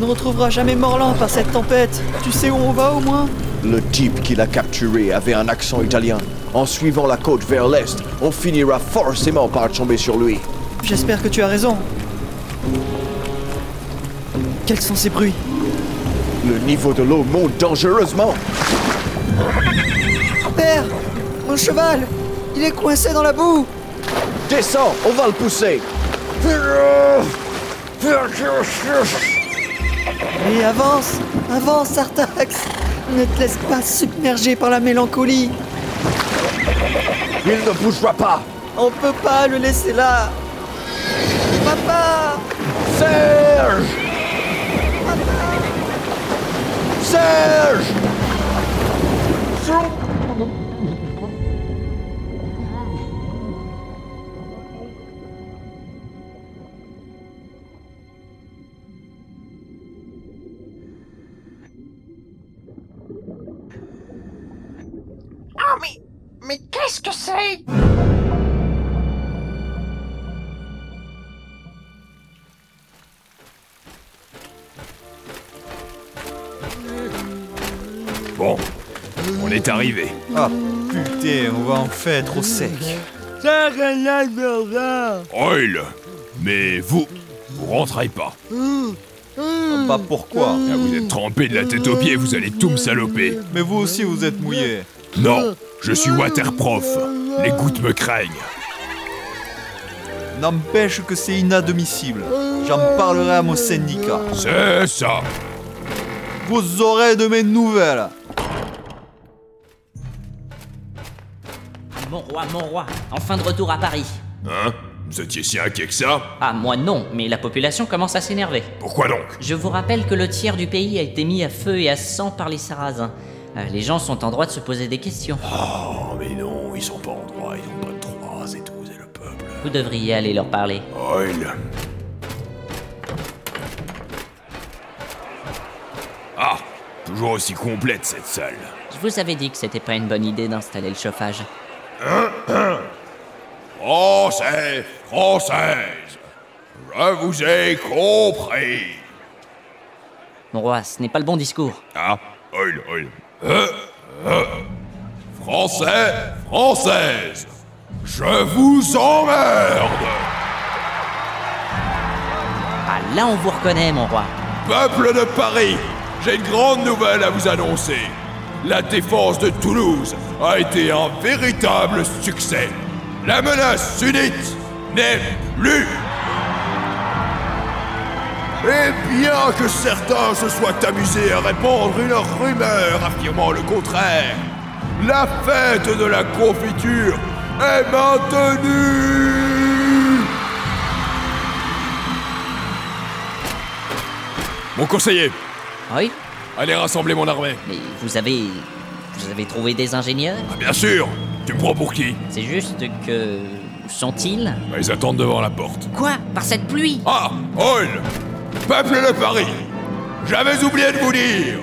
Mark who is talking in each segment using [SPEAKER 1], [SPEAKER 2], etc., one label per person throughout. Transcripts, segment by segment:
[SPEAKER 1] ne retrouvera jamais Morlan par cette tempête. Tu sais où on va au moins
[SPEAKER 2] Le type qui l'a capturé avait un accent italien. En suivant la côte vers l'est, on finira forcément par tomber sur lui.
[SPEAKER 1] J'espère que tu as raison. Quels sont ces bruits
[SPEAKER 2] Le niveau de l'eau monte dangereusement.
[SPEAKER 1] Père Mon cheval Il est coincé dans la boue
[SPEAKER 2] Descends, on va le pousser.
[SPEAKER 1] Et avance Avance, Sartax Ne te laisse pas submerger par la mélancolie
[SPEAKER 2] Il ne bougera pas.
[SPEAKER 1] On peut pas le laisser là Papa
[SPEAKER 2] Serge Serge
[SPEAKER 3] Ah, mais. Mais qu'est-ce que c'est
[SPEAKER 4] Bon, on est arrivé.
[SPEAKER 5] Ah putain, on va enfin être au sec.
[SPEAKER 4] Oil Mais vous, vous rentrez pas.
[SPEAKER 5] Pas pourquoi.
[SPEAKER 4] Là, vous êtes trempé de la tête aux pieds, vous allez tout me saloper.
[SPEAKER 5] Mais vous aussi vous êtes mouillés.
[SPEAKER 4] Non, je suis waterproof. Les gouttes me craignent.
[SPEAKER 5] N'empêche que c'est inadmissible. J'en parlerai à mon syndicat.
[SPEAKER 4] C'est ça
[SPEAKER 5] Vous aurez de mes nouvelles.
[SPEAKER 6] Mon roi, mon roi, enfin de retour à Paris.
[SPEAKER 4] Hein Vous étiez si inquiet que ça
[SPEAKER 6] Ah, moi non, mais la population commence à s'énerver.
[SPEAKER 4] Pourquoi donc
[SPEAKER 6] Je vous rappelle que le tiers du pays a été mis à feu et à sang par les Sarrasins. Euh, les gens sont en droit de se poser des questions.
[SPEAKER 4] Oh, mais non, ils sont pas en droit, ils ont pas de droits et tout, c'est le peuple.
[SPEAKER 6] Vous devriez aller leur parler.
[SPEAKER 4] Oil Ah Toujours aussi complète cette salle.
[SPEAKER 6] Je vous avais dit que c'était pas une bonne idée d'installer le chauffage.
[SPEAKER 4] Français, française, je vous ai compris.
[SPEAKER 6] Mon roi, ce n'est pas le bon discours.
[SPEAKER 4] Ah, oil, oil. Euh, euh. Français, française, je vous emmerde.
[SPEAKER 6] Ah, là on vous reconnaît, mon roi.
[SPEAKER 4] Peuple de Paris, j'ai une grande nouvelle à vous annoncer. La défense de Toulouse a été un véritable succès. La menace sunnite n'est plus. Et bien que certains se soient amusés à répandre une rumeur affirmant le contraire, la fête de la confiture est maintenue. Mon conseiller,
[SPEAKER 6] Ah Oui
[SPEAKER 4] allez rassembler mon armée.
[SPEAKER 6] Mais vous avez. Vous avez trouvé des ingénieurs
[SPEAKER 4] Ah, Bien sûr Tu me prends pour qui
[SPEAKER 6] C'est juste que. Où sont-ils
[SPEAKER 4] Bah, Ils attendent devant la porte.
[SPEAKER 6] Quoi Par cette pluie
[SPEAKER 4] Ah Hall Peuple de Paris J'avais oublié de vous dire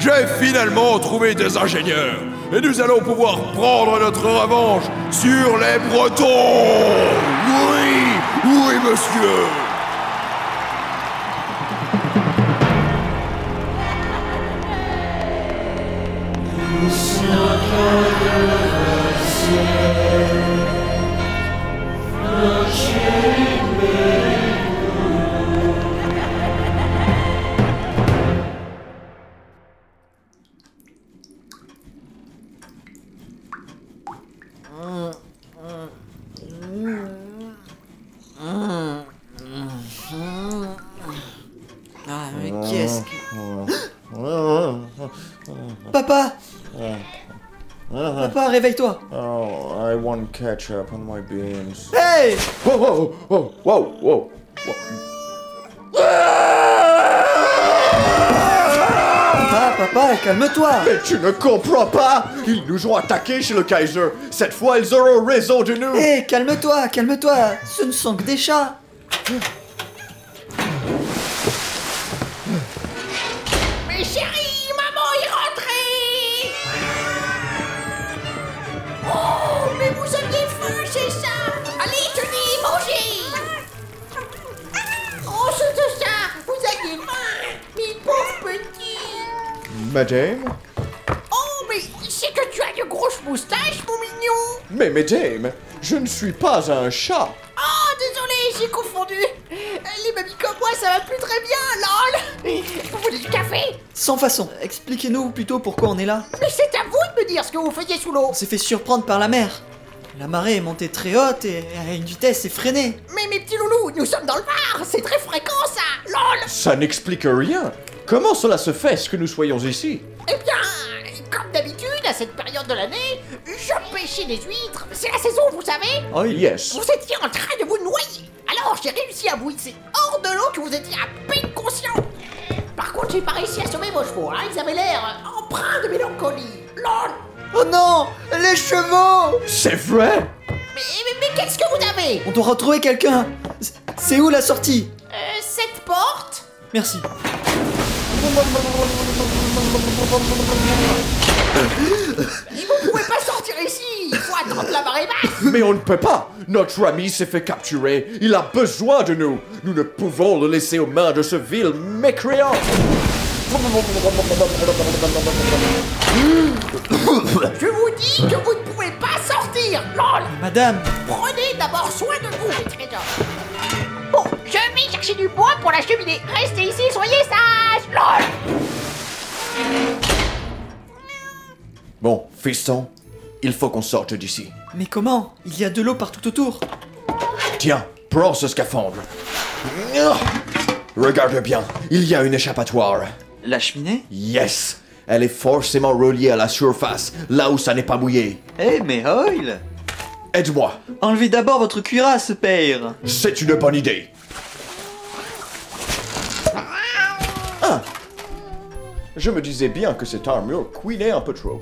[SPEAKER 4] J'ai finalement trouvé des ingénieurs et nous allons pouvoir prendre notre revanche sur les Bretons Oui Oui, monsieur
[SPEAKER 1] Ah, mais qu'est-ce que... Papa Ah. Papa, réveille-toi
[SPEAKER 7] Oh, I want ketchup on my beans.
[SPEAKER 1] Hey
[SPEAKER 2] Wow, wow, wow, wow, wow.
[SPEAKER 1] Papa, papa, calme-toi
[SPEAKER 2] Mais tu ne comprends pas Ils nous ont attaqués chez le Kaiser. Cette fois, ils auront raison de nous.
[SPEAKER 1] Hé, Eh, calme-toi, calme-toi Ce ne sont que des chats
[SPEAKER 3] Mais chérie, maman est rentrée Oh, mais vous aviez faim, c'est ça Allez, tenez, mangez Oh, c'est ça Vous aviez faim Mais
[SPEAKER 7] Madame
[SPEAKER 3] Oh, mais c'est que tu as de grosses moustaches, mon mignon
[SPEAKER 7] Mais madame, je ne suis pas un chat
[SPEAKER 3] Oh, désolé, j'ai confondu Les mamies comme moi, ça va plus très bien, lol Vous voulez du café
[SPEAKER 1] Sans façon, expliquez-nous plutôt pourquoi on est là.
[SPEAKER 3] Mais c'est à vous de me dire ce que vous faisiez sous l'eau
[SPEAKER 1] On s'est fait surprendre par la mer. La marée est montée très haute et à une vitesse effrénée.
[SPEAKER 3] Mais mes petits loulous, nous sommes dans le bar C'est très fréquent, ça Lol
[SPEAKER 7] Ça n'explique rien Comment cela se fait que nous soyons ici
[SPEAKER 3] Eh bien, comme d'habitude, à cette période de l'année, je pêchais des huîtres C'est la saison, vous savez
[SPEAKER 7] Oh yes
[SPEAKER 3] Vous étiez en train de vous noyer. Alors j'ai réussi à vous hisser hors de l'eau que vous étiez à peine conscient. Par contre, j'ai pas réussi à sauver vos chevaux. hein. Ils avaient l'air euh, empreints de mélancolie. Lol.
[SPEAKER 1] Oh non Les chevaux
[SPEAKER 7] C'est vrai
[SPEAKER 3] Mais, mais, mais qu'est-ce que vous avez
[SPEAKER 1] On doit retrouver quelqu'un C- C'est où la sortie
[SPEAKER 3] Euh, Cette porte
[SPEAKER 1] Merci.
[SPEAKER 3] Vous pouvez pas sortir ici. Il faut attendre la marée basse.
[SPEAKER 7] Mais on ne peut pas Notre ami s'est fait capturer Il a besoin de nous Nous ne pouvons le laisser aux mains de ce vil mécréant
[SPEAKER 3] Je vous dis que vous ne pouvez pas sortir. Lol.
[SPEAKER 1] Madame,
[SPEAKER 3] Prenez d'abord soin de vous, les trésors. Bon, je vais chercher du bois pour la cheminée. Restez ici, soyez sages. Lol.
[SPEAKER 2] Bon, fiston, il faut qu'on sorte d'ici.
[SPEAKER 1] mais comment Il y a de l'eau partout autour.
[SPEAKER 2] Tiens, prends ce scaphandre. Regarde bien, il y a une échappatoire.
[SPEAKER 1] La cheminée
[SPEAKER 2] Yes, elle est forcément reliée à la surface, là où ça n'est pas mouillé.
[SPEAKER 8] Eh mais Hoyle
[SPEAKER 2] Aide-moi,
[SPEAKER 8] Enlevez d'abord votre cuirasse, père
[SPEAKER 2] c'est une bonne idée. Ah.
[SPEAKER 7] Je me disais bien que cette armure couinait un peu trop.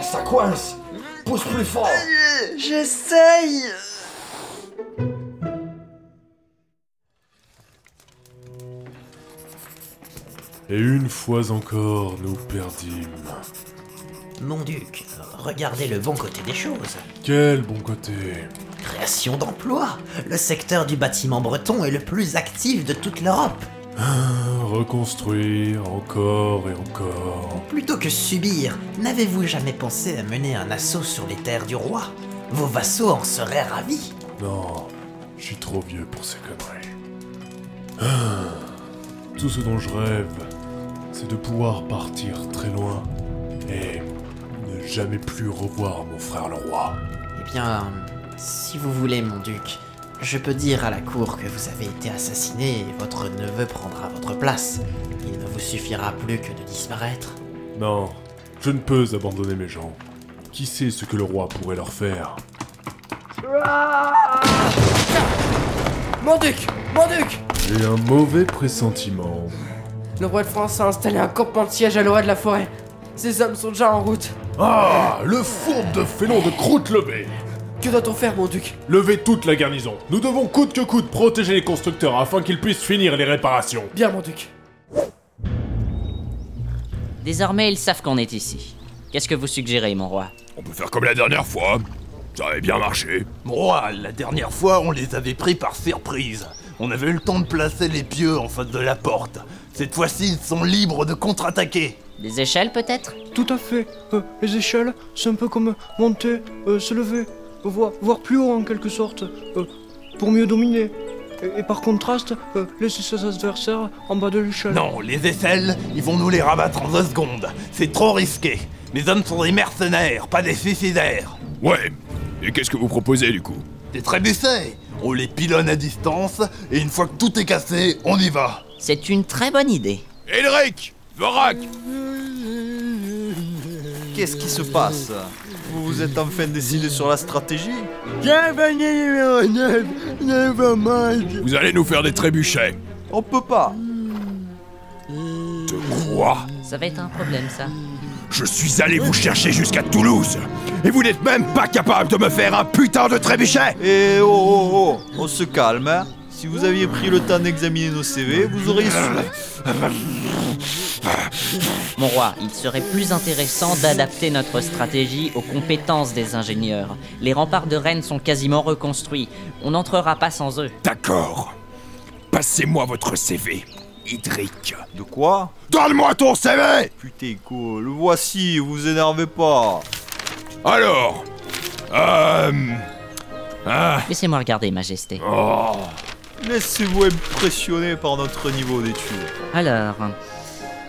[SPEAKER 2] Ça coince. Pousse plus fort.
[SPEAKER 8] J'essaye
[SPEAKER 9] Et une fois encore, nous perdîmes.
[SPEAKER 10] Mon duc, regardez le bon côté des choses.
[SPEAKER 9] Quel bon côté.
[SPEAKER 10] Création d'emplois. Le secteur du bâtiment breton est le plus actif de toute l'Europe.
[SPEAKER 9] Reconstruire encore et encore.
[SPEAKER 10] Plutôt que subir, n'avez-vous jamais pensé à mener un assaut sur les terres du roi Vos vassaux en seraient ravis.
[SPEAKER 9] Non, je suis trop vieux pour ces conneries. Ah, Tout ce dont je rêve, c'est de pouvoir partir très loin et ne jamais plus revoir mon frère le roi.
[SPEAKER 10] Eh bien, si vous voulez, mon duc, je peux dire à la cour que vous avez été assassiné et votre neveu prendra votre place. Il ne vous suffira plus que de disparaître.
[SPEAKER 9] Non, je ne peux abandonner mes gens. Qui sait ce que le roi pourrait leur faire
[SPEAKER 11] Mon duc Mon duc
[SPEAKER 9] J'ai un mauvais pressentiment.
[SPEAKER 11] Le roi de France a installé un campement de siège à l'orée de la forêt. Ces hommes sont déjà en route.
[SPEAKER 9] Ah Le fourbe de félon de croûte levée
[SPEAKER 11] Que doit-on faire, mon duc
[SPEAKER 9] Levez toute la garnison. Nous devons coûte que coûte protéger les constructeurs afin qu'ils puissent finir les réparations.
[SPEAKER 11] Bien, mon duc.
[SPEAKER 6] Désormais, ils savent qu'on est ici. Qu'est-ce que vous suggérez, mon roi
[SPEAKER 4] On peut faire comme la dernière fois. Ça avait bien marché.
[SPEAKER 5] Mon roi, la dernière fois, on les avait pris par surprise. On avait eu le temps de placer les pieux en face de la porte. Cette fois-ci, ils sont libres de contre-attaquer.
[SPEAKER 6] Des échelles, peut-être
[SPEAKER 11] Tout à fait. Euh. les échelles, c'est un peu comme monter, se lever, voir, plus haut en quelque sorte, pour mieux dominer. Et, par contraste, laisser ses adversaires en bas de l'échelle.
[SPEAKER 5] Non, les aisselles, ils vont nous les rabattre en deux secondes. C'est trop risqué. Mes hommes sont des mercenaires, pas des suicidaires.
[SPEAKER 4] Ouais. Et qu'est-ce que vous proposez du coup
[SPEAKER 5] Des trébuchets On les pilonne à distance, et une fois que tout est cassé, on y va.
[SPEAKER 6] C'est une très bonne idée.
[SPEAKER 4] Elric Vorak
[SPEAKER 5] Qu'est-ce qui se passe Vous vous êtes enfin décidé sur la stratégie
[SPEAKER 4] Vous allez nous faire des trébuchets.
[SPEAKER 5] On peut pas.
[SPEAKER 4] De quoi
[SPEAKER 6] Ça va être un problème, ça.
[SPEAKER 4] Je suis allé vous chercher jusqu'à Toulouse. Et vous n'êtes même pas capable de me faire un putain de trébuchet
[SPEAKER 5] Eh oh oh oh, on se calme. hein.
[SPEAKER 12] Si vous aviez pris le temps d'examiner nos CV, vous auriez su.
[SPEAKER 6] Mon roi, il serait plus intéressant d'adapter notre stratégie aux compétences des ingénieurs. Les remparts de Rennes sont quasiment reconstruits. On n'entrera pas sans eux.
[SPEAKER 4] D'accord. Passez-moi votre CV, Hydric.
[SPEAKER 12] De quoi
[SPEAKER 4] Donne-moi ton CV
[SPEAKER 12] Putain, quoi, le voici, vous énervez pas.
[SPEAKER 4] Alors Euh. Ah.
[SPEAKER 6] Laissez-moi regarder, Majesté.
[SPEAKER 12] Oh. Laissez-vous impressionner par notre niveau d'études.
[SPEAKER 6] Alors,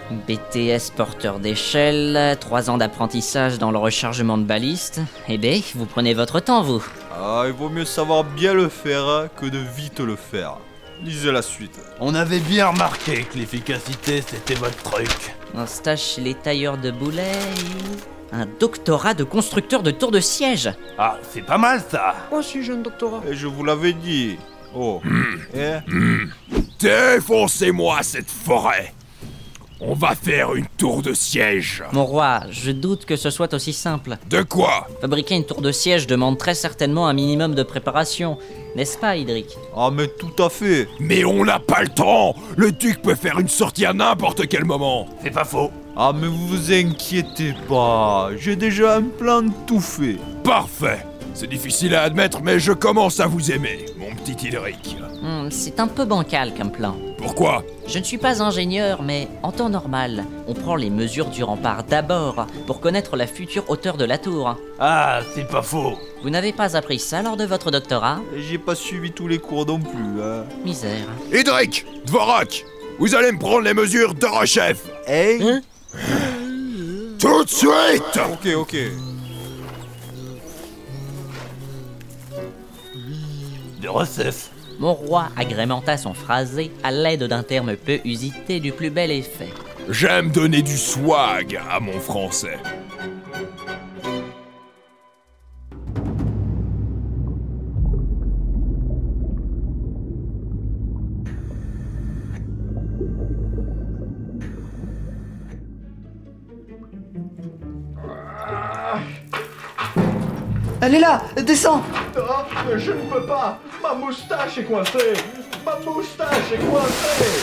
[SPEAKER 6] BTS porteur d'échelle, 3 ans d'apprentissage dans le rechargement de balistes. Eh ben, vous prenez votre temps, vous.
[SPEAKER 12] Ah, il vaut mieux savoir bien le faire hein, que de vite le faire. Lisez la suite.
[SPEAKER 5] On avait bien remarqué que l'efficacité, c'était votre truc.
[SPEAKER 6] Un stage chez les tailleurs de boulets. Un doctorat de constructeur de tour de siège.
[SPEAKER 5] Ah, c'est pas mal ça.
[SPEAKER 11] Moi aussi, j'ai un doctorat.
[SPEAKER 12] Et je vous l'avais dit. Oh. Eh
[SPEAKER 4] Défoncez-moi cette forêt On va faire une tour de siège
[SPEAKER 6] Mon roi, je doute que ce soit aussi simple.
[SPEAKER 4] De quoi
[SPEAKER 6] Fabriquer une tour de siège demande très certainement un minimum de préparation, n'est-ce pas, Hydric
[SPEAKER 12] Ah, mais tout à fait.
[SPEAKER 4] Mais on n'a pas le temps Le duc peut faire une sortie à n'importe quel moment
[SPEAKER 5] C'est pas faux.
[SPEAKER 12] Ah, mais vous vous inquiétez pas. J'ai déjà un plan tout fait.
[SPEAKER 4] Parfait C'est difficile à admettre, mais je commence à vous aimer, mon petit Hydric.
[SPEAKER 6] Hmm, c'est un peu bancal comme plan.
[SPEAKER 4] Pourquoi
[SPEAKER 6] Je ne suis pas ingénieur, mais en temps normal, on prend les mesures du rempart d'abord pour connaître la future hauteur de la tour.
[SPEAKER 5] Ah, c'est pas faux.
[SPEAKER 6] Vous n'avez pas appris ça lors de votre doctorat
[SPEAKER 12] J'ai pas suivi tous les cours non plus. Hein.
[SPEAKER 6] Misère.
[SPEAKER 4] Hydric Dvorak Vous allez me prendre les mesures de rechef
[SPEAKER 12] Hey hein
[SPEAKER 4] Tout de suite
[SPEAKER 12] Ok, ok.
[SPEAKER 5] De recef.
[SPEAKER 6] Mon roi agrémenta son phrasé à l'aide d'un terme peu usité du plus bel effet.
[SPEAKER 4] J'aime donner du swag à mon français.
[SPEAKER 1] Elle est là Descends
[SPEAKER 7] Ah, mais je ne peux pas Ma moustache est coincée Ma moustache est coincée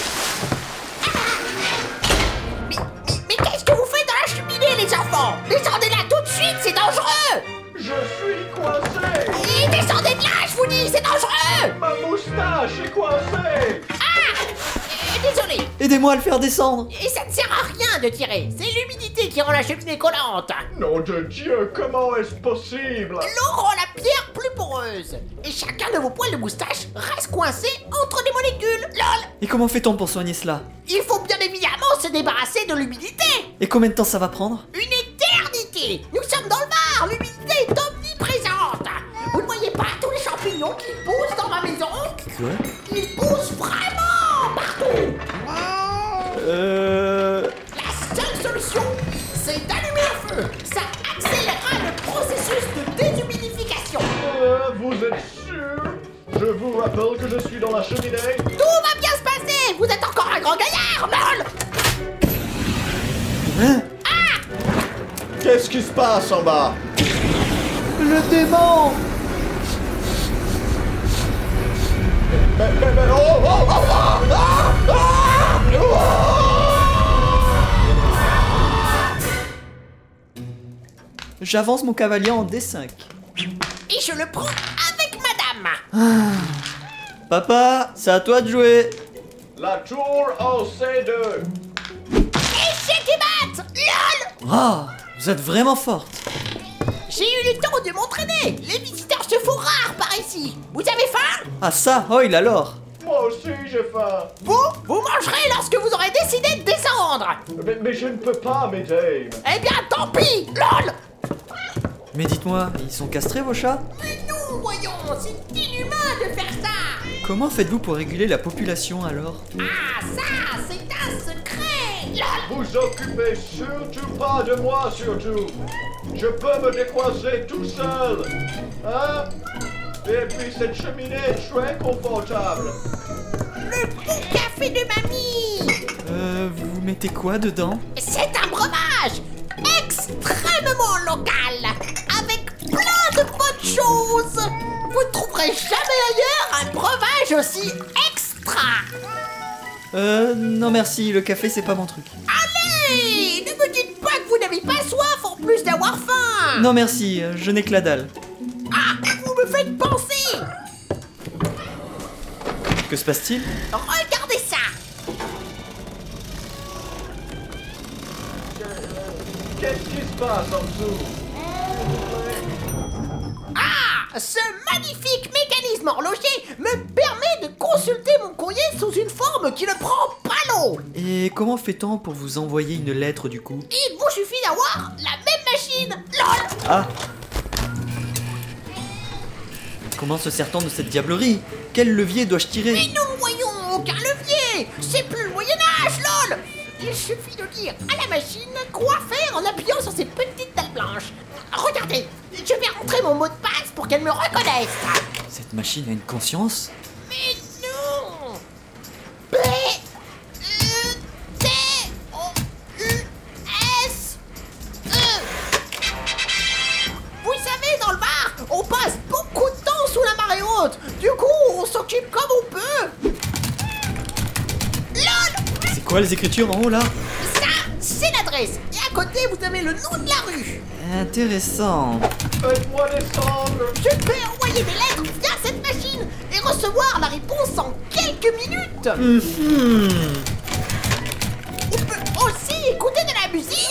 [SPEAKER 3] Mais qu'est-ce que vous faites dans la cheminée, les enfants Descendez là tout de suite, c'est dangereux
[SPEAKER 7] Je suis coincé
[SPEAKER 3] Et descendez de là, je vous dis, c'est dangereux
[SPEAKER 7] Ma moustache est coincée
[SPEAKER 3] Ah Euh, Désolé
[SPEAKER 1] Aidez-moi à le faire descendre
[SPEAKER 3] Et ça ne sert à rien de tirer C'est l'humidité qui rend la cheminée collante
[SPEAKER 7] Nom de Dieu, comment est-ce possible
[SPEAKER 3] L'eau rend la pierre plus poreuse Et chacun de vos poils de moustache reste coincé entre des molécules LOL
[SPEAKER 1] Et comment fait-on pour soigner cela
[SPEAKER 3] Il faut bien évidemment se débarrasser de l'humidité
[SPEAKER 1] Et combien de temps ça va prendre
[SPEAKER 3] Une éternité Nous sommes dans le bar L'humidité est omniprésente Vous ne voyez pas tous les champignons qui poussent dans ma maison Ils poussent vraiment partout
[SPEAKER 1] Euh...
[SPEAKER 3] La seule solution, c'est d'allumer le feu Ça accélérera le processus de déshumidification
[SPEAKER 7] Euh, Vous êtes sûr Je vous rappelle que je suis dans la cheminée
[SPEAKER 3] Tout va bien se passer Vous êtes encore un grand gaillard, Merle
[SPEAKER 7] Qu'est-ce qui se passe en bas
[SPEAKER 1] Le démon
[SPEAKER 7] Mais, mais, mais- oh, oh, oh, ah, ah, ah, oh
[SPEAKER 1] J'avance mon cavalier en D5.
[SPEAKER 3] Et je le prends avec madame
[SPEAKER 1] Papa, c'est à toi de jouer
[SPEAKER 7] La tour en C2
[SPEAKER 3] Échec et mat LOL
[SPEAKER 1] Ah, vous êtes vraiment forte
[SPEAKER 3] J'ai eu le temps de m'entraîner Les visiteurs se font rares par ici Vous avez faim
[SPEAKER 1] Ah ça, Hoyle alors
[SPEAKER 7] Moi aussi j'ai faim
[SPEAKER 3] Vous, vous mangerez lorsque vous aurez décidé de descendre
[SPEAKER 7] mais, mais je ne peux pas m'aider
[SPEAKER 3] Eh bien, tant pis LOL
[SPEAKER 1] Mais dites-moi, ils sont castrés vos chats
[SPEAKER 3] Mais nous, voyons, c'est inhumain de faire ça
[SPEAKER 1] Comment faites-vous pour réguler la population alors
[SPEAKER 3] Ah, ça, c'est un secret LOL
[SPEAKER 7] Vous occupez surtout pas de moi, surtout Je peux me décoincer tout seul Hein Et puis cette cheminée est très confortable
[SPEAKER 3] Le bon café de mamie
[SPEAKER 1] Euh, vous mettez quoi dedans
[SPEAKER 3] C'est un breuvage extrêmement local, avec plein de bonnes choses. Vous ne trouverez jamais ailleurs un breuvage aussi extra
[SPEAKER 8] Euh, non merci, le café c'est pas mon truc.
[SPEAKER 3] Allez Ne me dites pas que vous n'avez pas soif en plus d'avoir faim
[SPEAKER 8] Non merci, euh, je n'ai que la dalle.
[SPEAKER 3] Ah Vous me faites penser
[SPEAKER 8] Que se passe-t-il
[SPEAKER 3] Regardez ça
[SPEAKER 7] Qu'est-ce qui se passe en dessous
[SPEAKER 3] Ah Ce magnifique mécanisme horloger me permet de consulter mon courrier sous une forme qui ne prend pas l'eau
[SPEAKER 8] Et comment fait-on pour vous envoyer une lettre du coup
[SPEAKER 3] Il vous suffit d'avoir la même machine LOL
[SPEAKER 8] Ah Comment se sert-on de cette diablerie Quel levier dois-je tirer
[SPEAKER 3] Mais non, voyons, aucun levier C'est plus le Moyen-Âge, lol Il suffit de dire à la machine quoi faire en appuyant sur ces petites dalles blanches. Regardez, je vais rentrer mon mot de passe pour qu'elle me reconnaisse.
[SPEAKER 8] Cette machine a une conscience
[SPEAKER 3] Mais non B E T O U S E Vous savez dans le bar, on passe beaucoup de temps sous la marée haute. Du coup, on s'occupe comme on peut. LOL
[SPEAKER 8] C'est quoi les écritures en haut oh là
[SPEAKER 3] Ça, c'est l'adresse. Et à côté, vous avez le nom de la rue.
[SPEAKER 8] Intéressant.
[SPEAKER 7] Faites-moi descendre
[SPEAKER 3] Je peux envoyer des lettres via cette machine et recevoir la réponse en quelques minutes.
[SPEAKER 8] Mhm.
[SPEAKER 3] On peut aussi écouter de la musique.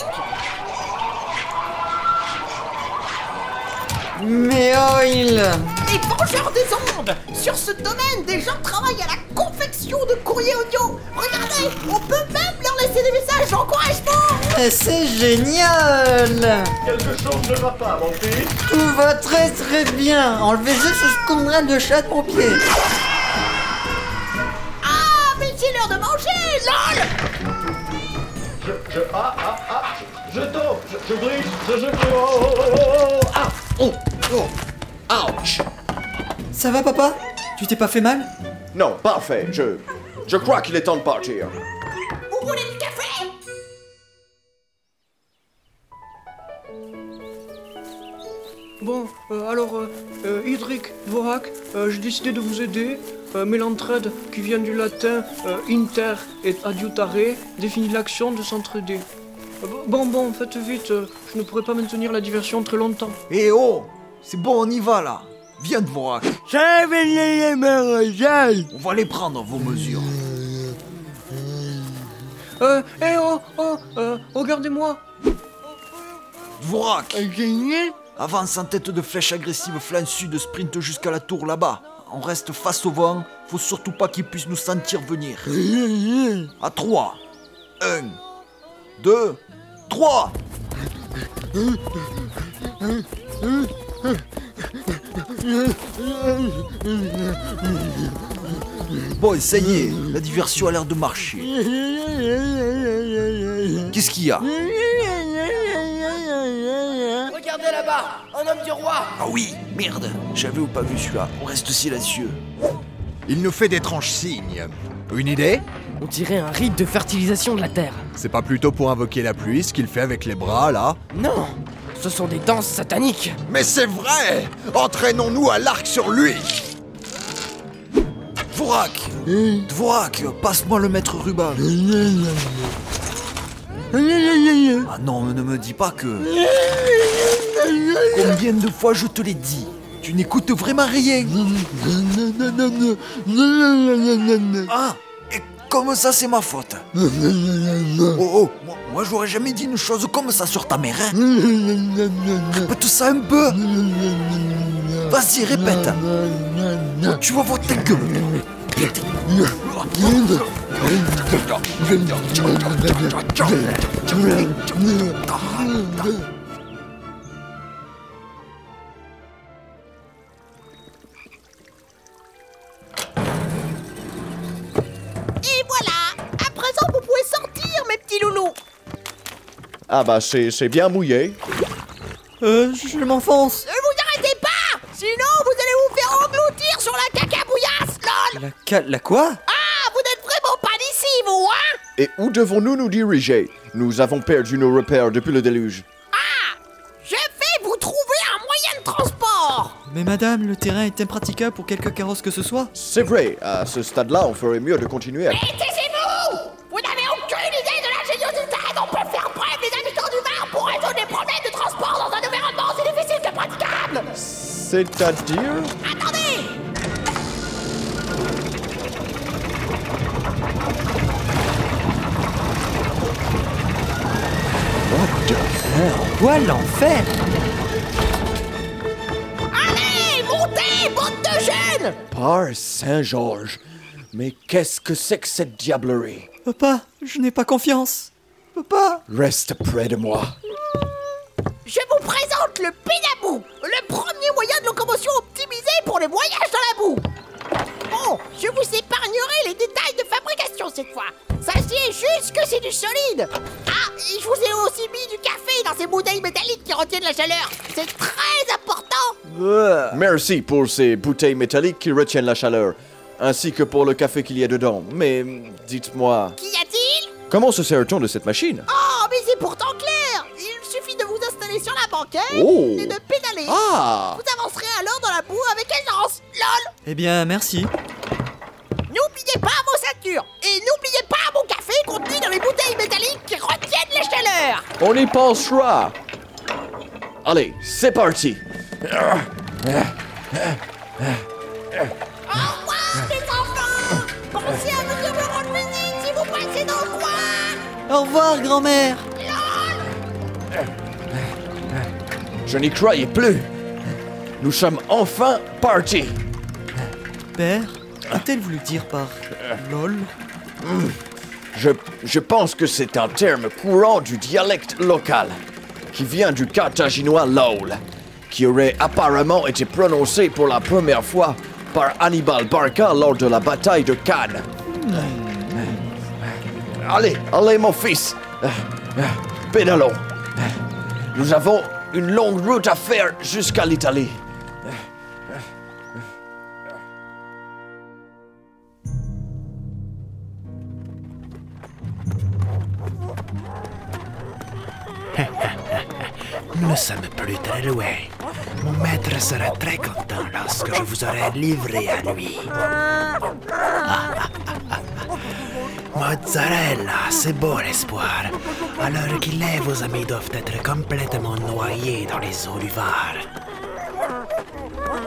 [SPEAKER 8] Mais oil
[SPEAKER 3] Les vengeurs des ondes. Sur ce domaine, des gens travaillent à la confection de courriers audio. Regardez, on peut même leur laisser des messages d'encouragement.
[SPEAKER 8] Eh, C'est génial
[SPEAKER 7] Quelque chose ne va pas, mon fils
[SPEAKER 8] Tout va très très bien Enlevez juste ce congrès de chat de pompier
[SPEAKER 3] Ah, mais c'est l'heure de manger, lol.
[SPEAKER 7] Je, je, ah, ah, ah Je, je tombe, je, je brise, je, je... Oh, oh, oh, oh, oh, ah
[SPEAKER 2] Oh, oh, ouch
[SPEAKER 8] Ça va papa Ah, Tu t'es pas fait mal
[SPEAKER 2] Non, parfait, je... Je crois qu'il est temps de partir.
[SPEAKER 3] Vous voulez du café
[SPEAKER 11] Bon, euh, alors, euh, euh, Idric, Vorak, euh, j'ai décidé de vous aider, euh, mais l'entraide, qui vient du latin euh, inter et adiutare, définit l'action de s'entraider. Euh, bon, bon, faites vite, euh, je ne pourrai pas maintenir la diversion très longtemps.
[SPEAKER 13] Eh oh C'est bon, on y va là Viens de voir On va les prendre, vos mesures.
[SPEAKER 11] Euh, eh oh, oh, euh, regardez-moi
[SPEAKER 13] Dvorak Avance en tête de flèche agressive, flanc sud, sprint jusqu'à la tour là-bas. On reste face au vent, faut surtout pas qu'ils puissent nous sentir venir. À 3, 1, 2, 3 Bon, essayez, la diversion a l'air de marcher. Qu'est-ce qu'il y a
[SPEAKER 14] Regardez là-bas, un homme du roi
[SPEAKER 13] Ah oui, merde, j'avais ou pas vu celui-là. On reste silencieux.
[SPEAKER 15] Il nous fait d'étranges signes. Une idée
[SPEAKER 16] On dirait un rite de fertilisation de la terre.
[SPEAKER 15] C'est pas plutôt pour invoquer la pluie ce qu'il fait avec les bras là
[SPEAKER 16] Non Ce sont des danses sataniques
[SPEAKER 15] Mais c'est vrai Entraînons-nous à l'arc sur lui
[SPEAKER 13] Dvorak Dvorak, passe-moi le maître ruban. Ah non, ne me dis pas que. Combien de fois je te l'ai dit Tu n'écoutes vraiment rien Ah Et comme ça, c'est ma faute Oh oh Moi, moi, j'aurais jamais dit une chose comme ça sur ta mère, hein Répète ça un peu Vas-y, répète Tu vas voir ta gueule
[SPEAKER 3] Et voilà À présent, vous pouvez sortir, mes petits loulous
[SPEAKER 2] Ah bah c'est c'est bien mouillé.
[SPEAKER 8] Euh, je m'enfonce
[SPEAKER 3] Ne vous arrêtez pas Sinon, vous allez vous faire engloutir sur la cacabouillasse, lol
[SPEAKER 8] La, ca- la quoi
[SPEAKER 3] Ah, vous n'êtes vraiment pas d'ici, vous, hein
[SPEAKER 2] Et où devons-nous nous diriger Nous avons perdu nos repères depuis le déluge.
[SPEAKER 3] Je vais vous trouver un moyen de transport
[SPEAKER 1] Mais madame, le terrain est impraticable pour quelque carrosse que ce soit.
[SPEAKER 2] C'est vrai, à ce stade-là, on ferait mieux de continuer à...
[SPEAKER 3] Et taisez-vous Vous n'avez aucune idée de l'ingéniosité dont peuvent faire preuve les habitants du Var pour résoudre les problèmes de transport dans un environnement aussi difficile que praticable
[SPEAKER 2] C'est-à-dire
[SPEAKER 3] Attendez
[SPEAKER 1] What the hell Quoi l'enfer
[SPEAKER 3] Allez, montez, bande de jeunes
[SPEAKER 2] Par Saint-Georges, mais qu'est-ce que c'est que cette diablerie
[SPEAKER 1] Papa, je n'ai pas confiance. Papa
[SPEAKER 2] Reste près de moi.
[SPEAKER 3] Je vous présente le pédabou, le premier moyen de locomotion optimisé pour les voyages dans la boue. Bon, je vous épargnerai les détails de fabrication cette fois. Sachez juste que c'est du solide. Ah, et je vous ai aussi mis du café dans ces bouteilles métalliques qui retiennent la chaleur. C'est très important.
[SPEAKER 2] Euh, Merci pour ces bouteilles métalliques qui retiennent la chaleur, ainsi que pour le café qu'il y a dedans. Mais mm, dites-moi,
[SPEAKER 3] Qu'y a-t-il
[SPEAKER 2] comment se sert-on de cette machine
[SPEAKER 3] Oh, mais c'est pourtant clair Il suffit de vous installer sur la banquette
[SPEAKER 2] Oh.
[SPEAKER 3] et de pédaler.
[SPEAKER 2] Ah.
[SPEAKER 3] Vous avancerez alors dans la boue avec aisance. LOL
[SPEAKER 1] Eh bien, merci.
[SPEAKER 3] N'oubliez pas vos ceintures et n'oubliez pas mon café contenu dans les bouteilles métalliques qui retiennent la chaleur.
[SPEAKER 2] On y pensera Allez, c'est parti
[SPEAKER 3] Au revoir les enfants. Pensez à venir me rendre visite si vous passez dans le coin.
[SPEAKER 1] Au revoir, grand-mère.
[SPEAKER 2] Je n'y croyais plus Nous sommes enfin partis
[SPEAKER 1] Père, qu'a-t-elle voulu dire par lol
[SPEAKER 2] Hmm. Je, je pense que c'est un terme courant du dialecte local, qui vient du carthaginois Laul, qui aurait apparemment été prononcé pour la première fois par Hannibal Barca lors de la bataille de Cannes. Allez, allez mon fils, pédalons. Nous avons une longue route à faire jusqu'à l'Italie.
[SPEAKER 17] Nous ne sommes plus très loin. Mon maître sera très content lorsque je vous aurai livré à lui. Mozzarella, c'est beau l'espoir. Alors qu'il est, vos amis doivent être complètement noyés dans les eaux du Var.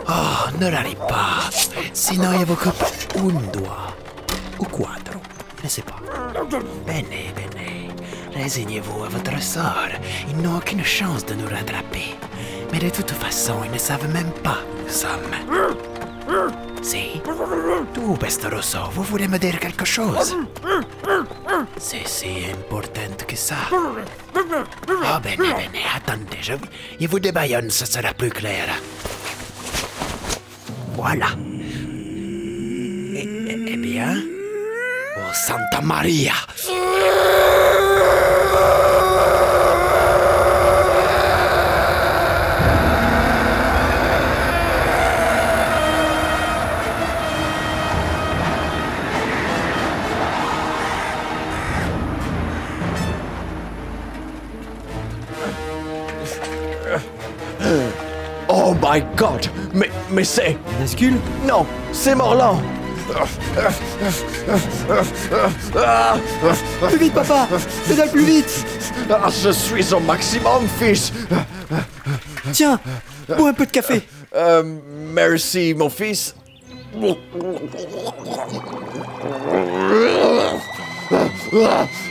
[SPEAKER 17] Oh, ne râlez pas. Sinon, il vous coupe un doigt. Ou quatre. Je ne sais pas. Bene, bene. Résignez-vous à votre sort. Ils n'ont aucune chance de nous rattraper. Mais de toute façon, ils ne savent même pas où nous sommes. Si. Tout, Pestoroso, vous voulez me dire quelque chose C'est si important que ça. Oh, bene, bene, attendez, je... Il vous débaillonne, ce sera plus clair. Voilà. Eh, eh, eh bien... Oh, Santa Maria
[SPEAKER 2] Oh my god! Mais, mais c'est.
[SPEAKER 1] Nascul?
[SPEAKER 2] Non, c'est Morlan!
[SPEAKER 1] Plus vite, papa! Pédale plus vite!
[SPEAKER 2] Ah, je suis au maximum, fils!
[SPEAKER 1] Tiens, bois un peu de café!
[SPEAKER 2] Euh, merci, mon fils.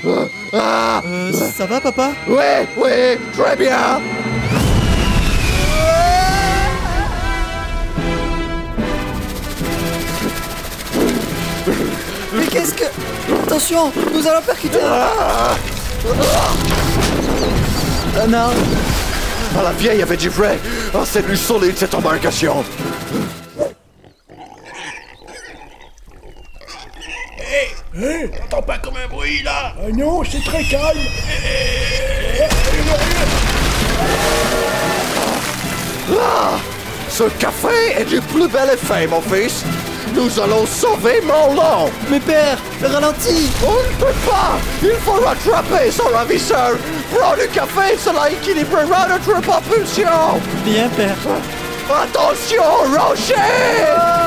[SPEAKER 1] Euh, ça va, papa?
[SPEAKER 2] Ouais, ouais, très bien!
[SPEAKER 1] Mais qu'est-ce que. Attention, nous allons percuter! Ah non!
[SPEAKER 2] Ah, la vieille avait du vrai! Ah, c'est du solide, cette embarcation!
[SPEAKER 18] Hé T'entends pas comme un bruit là Ah Non, c'est très calme
[SPEAKER 2] Ah! Ce café est du plus bel effet, mon fils! Nous allons sauver Morlan!
[SPEAKER 1] Mais père, ralentis!
[SPEAKER 2] On ne peut pas! Il faut rattraper son ravisseur! Prends du café, cela équilibrera notre propulsion!
[SPEAKER 1] Bien, père.
[SPEAKER 7] Attention, rocher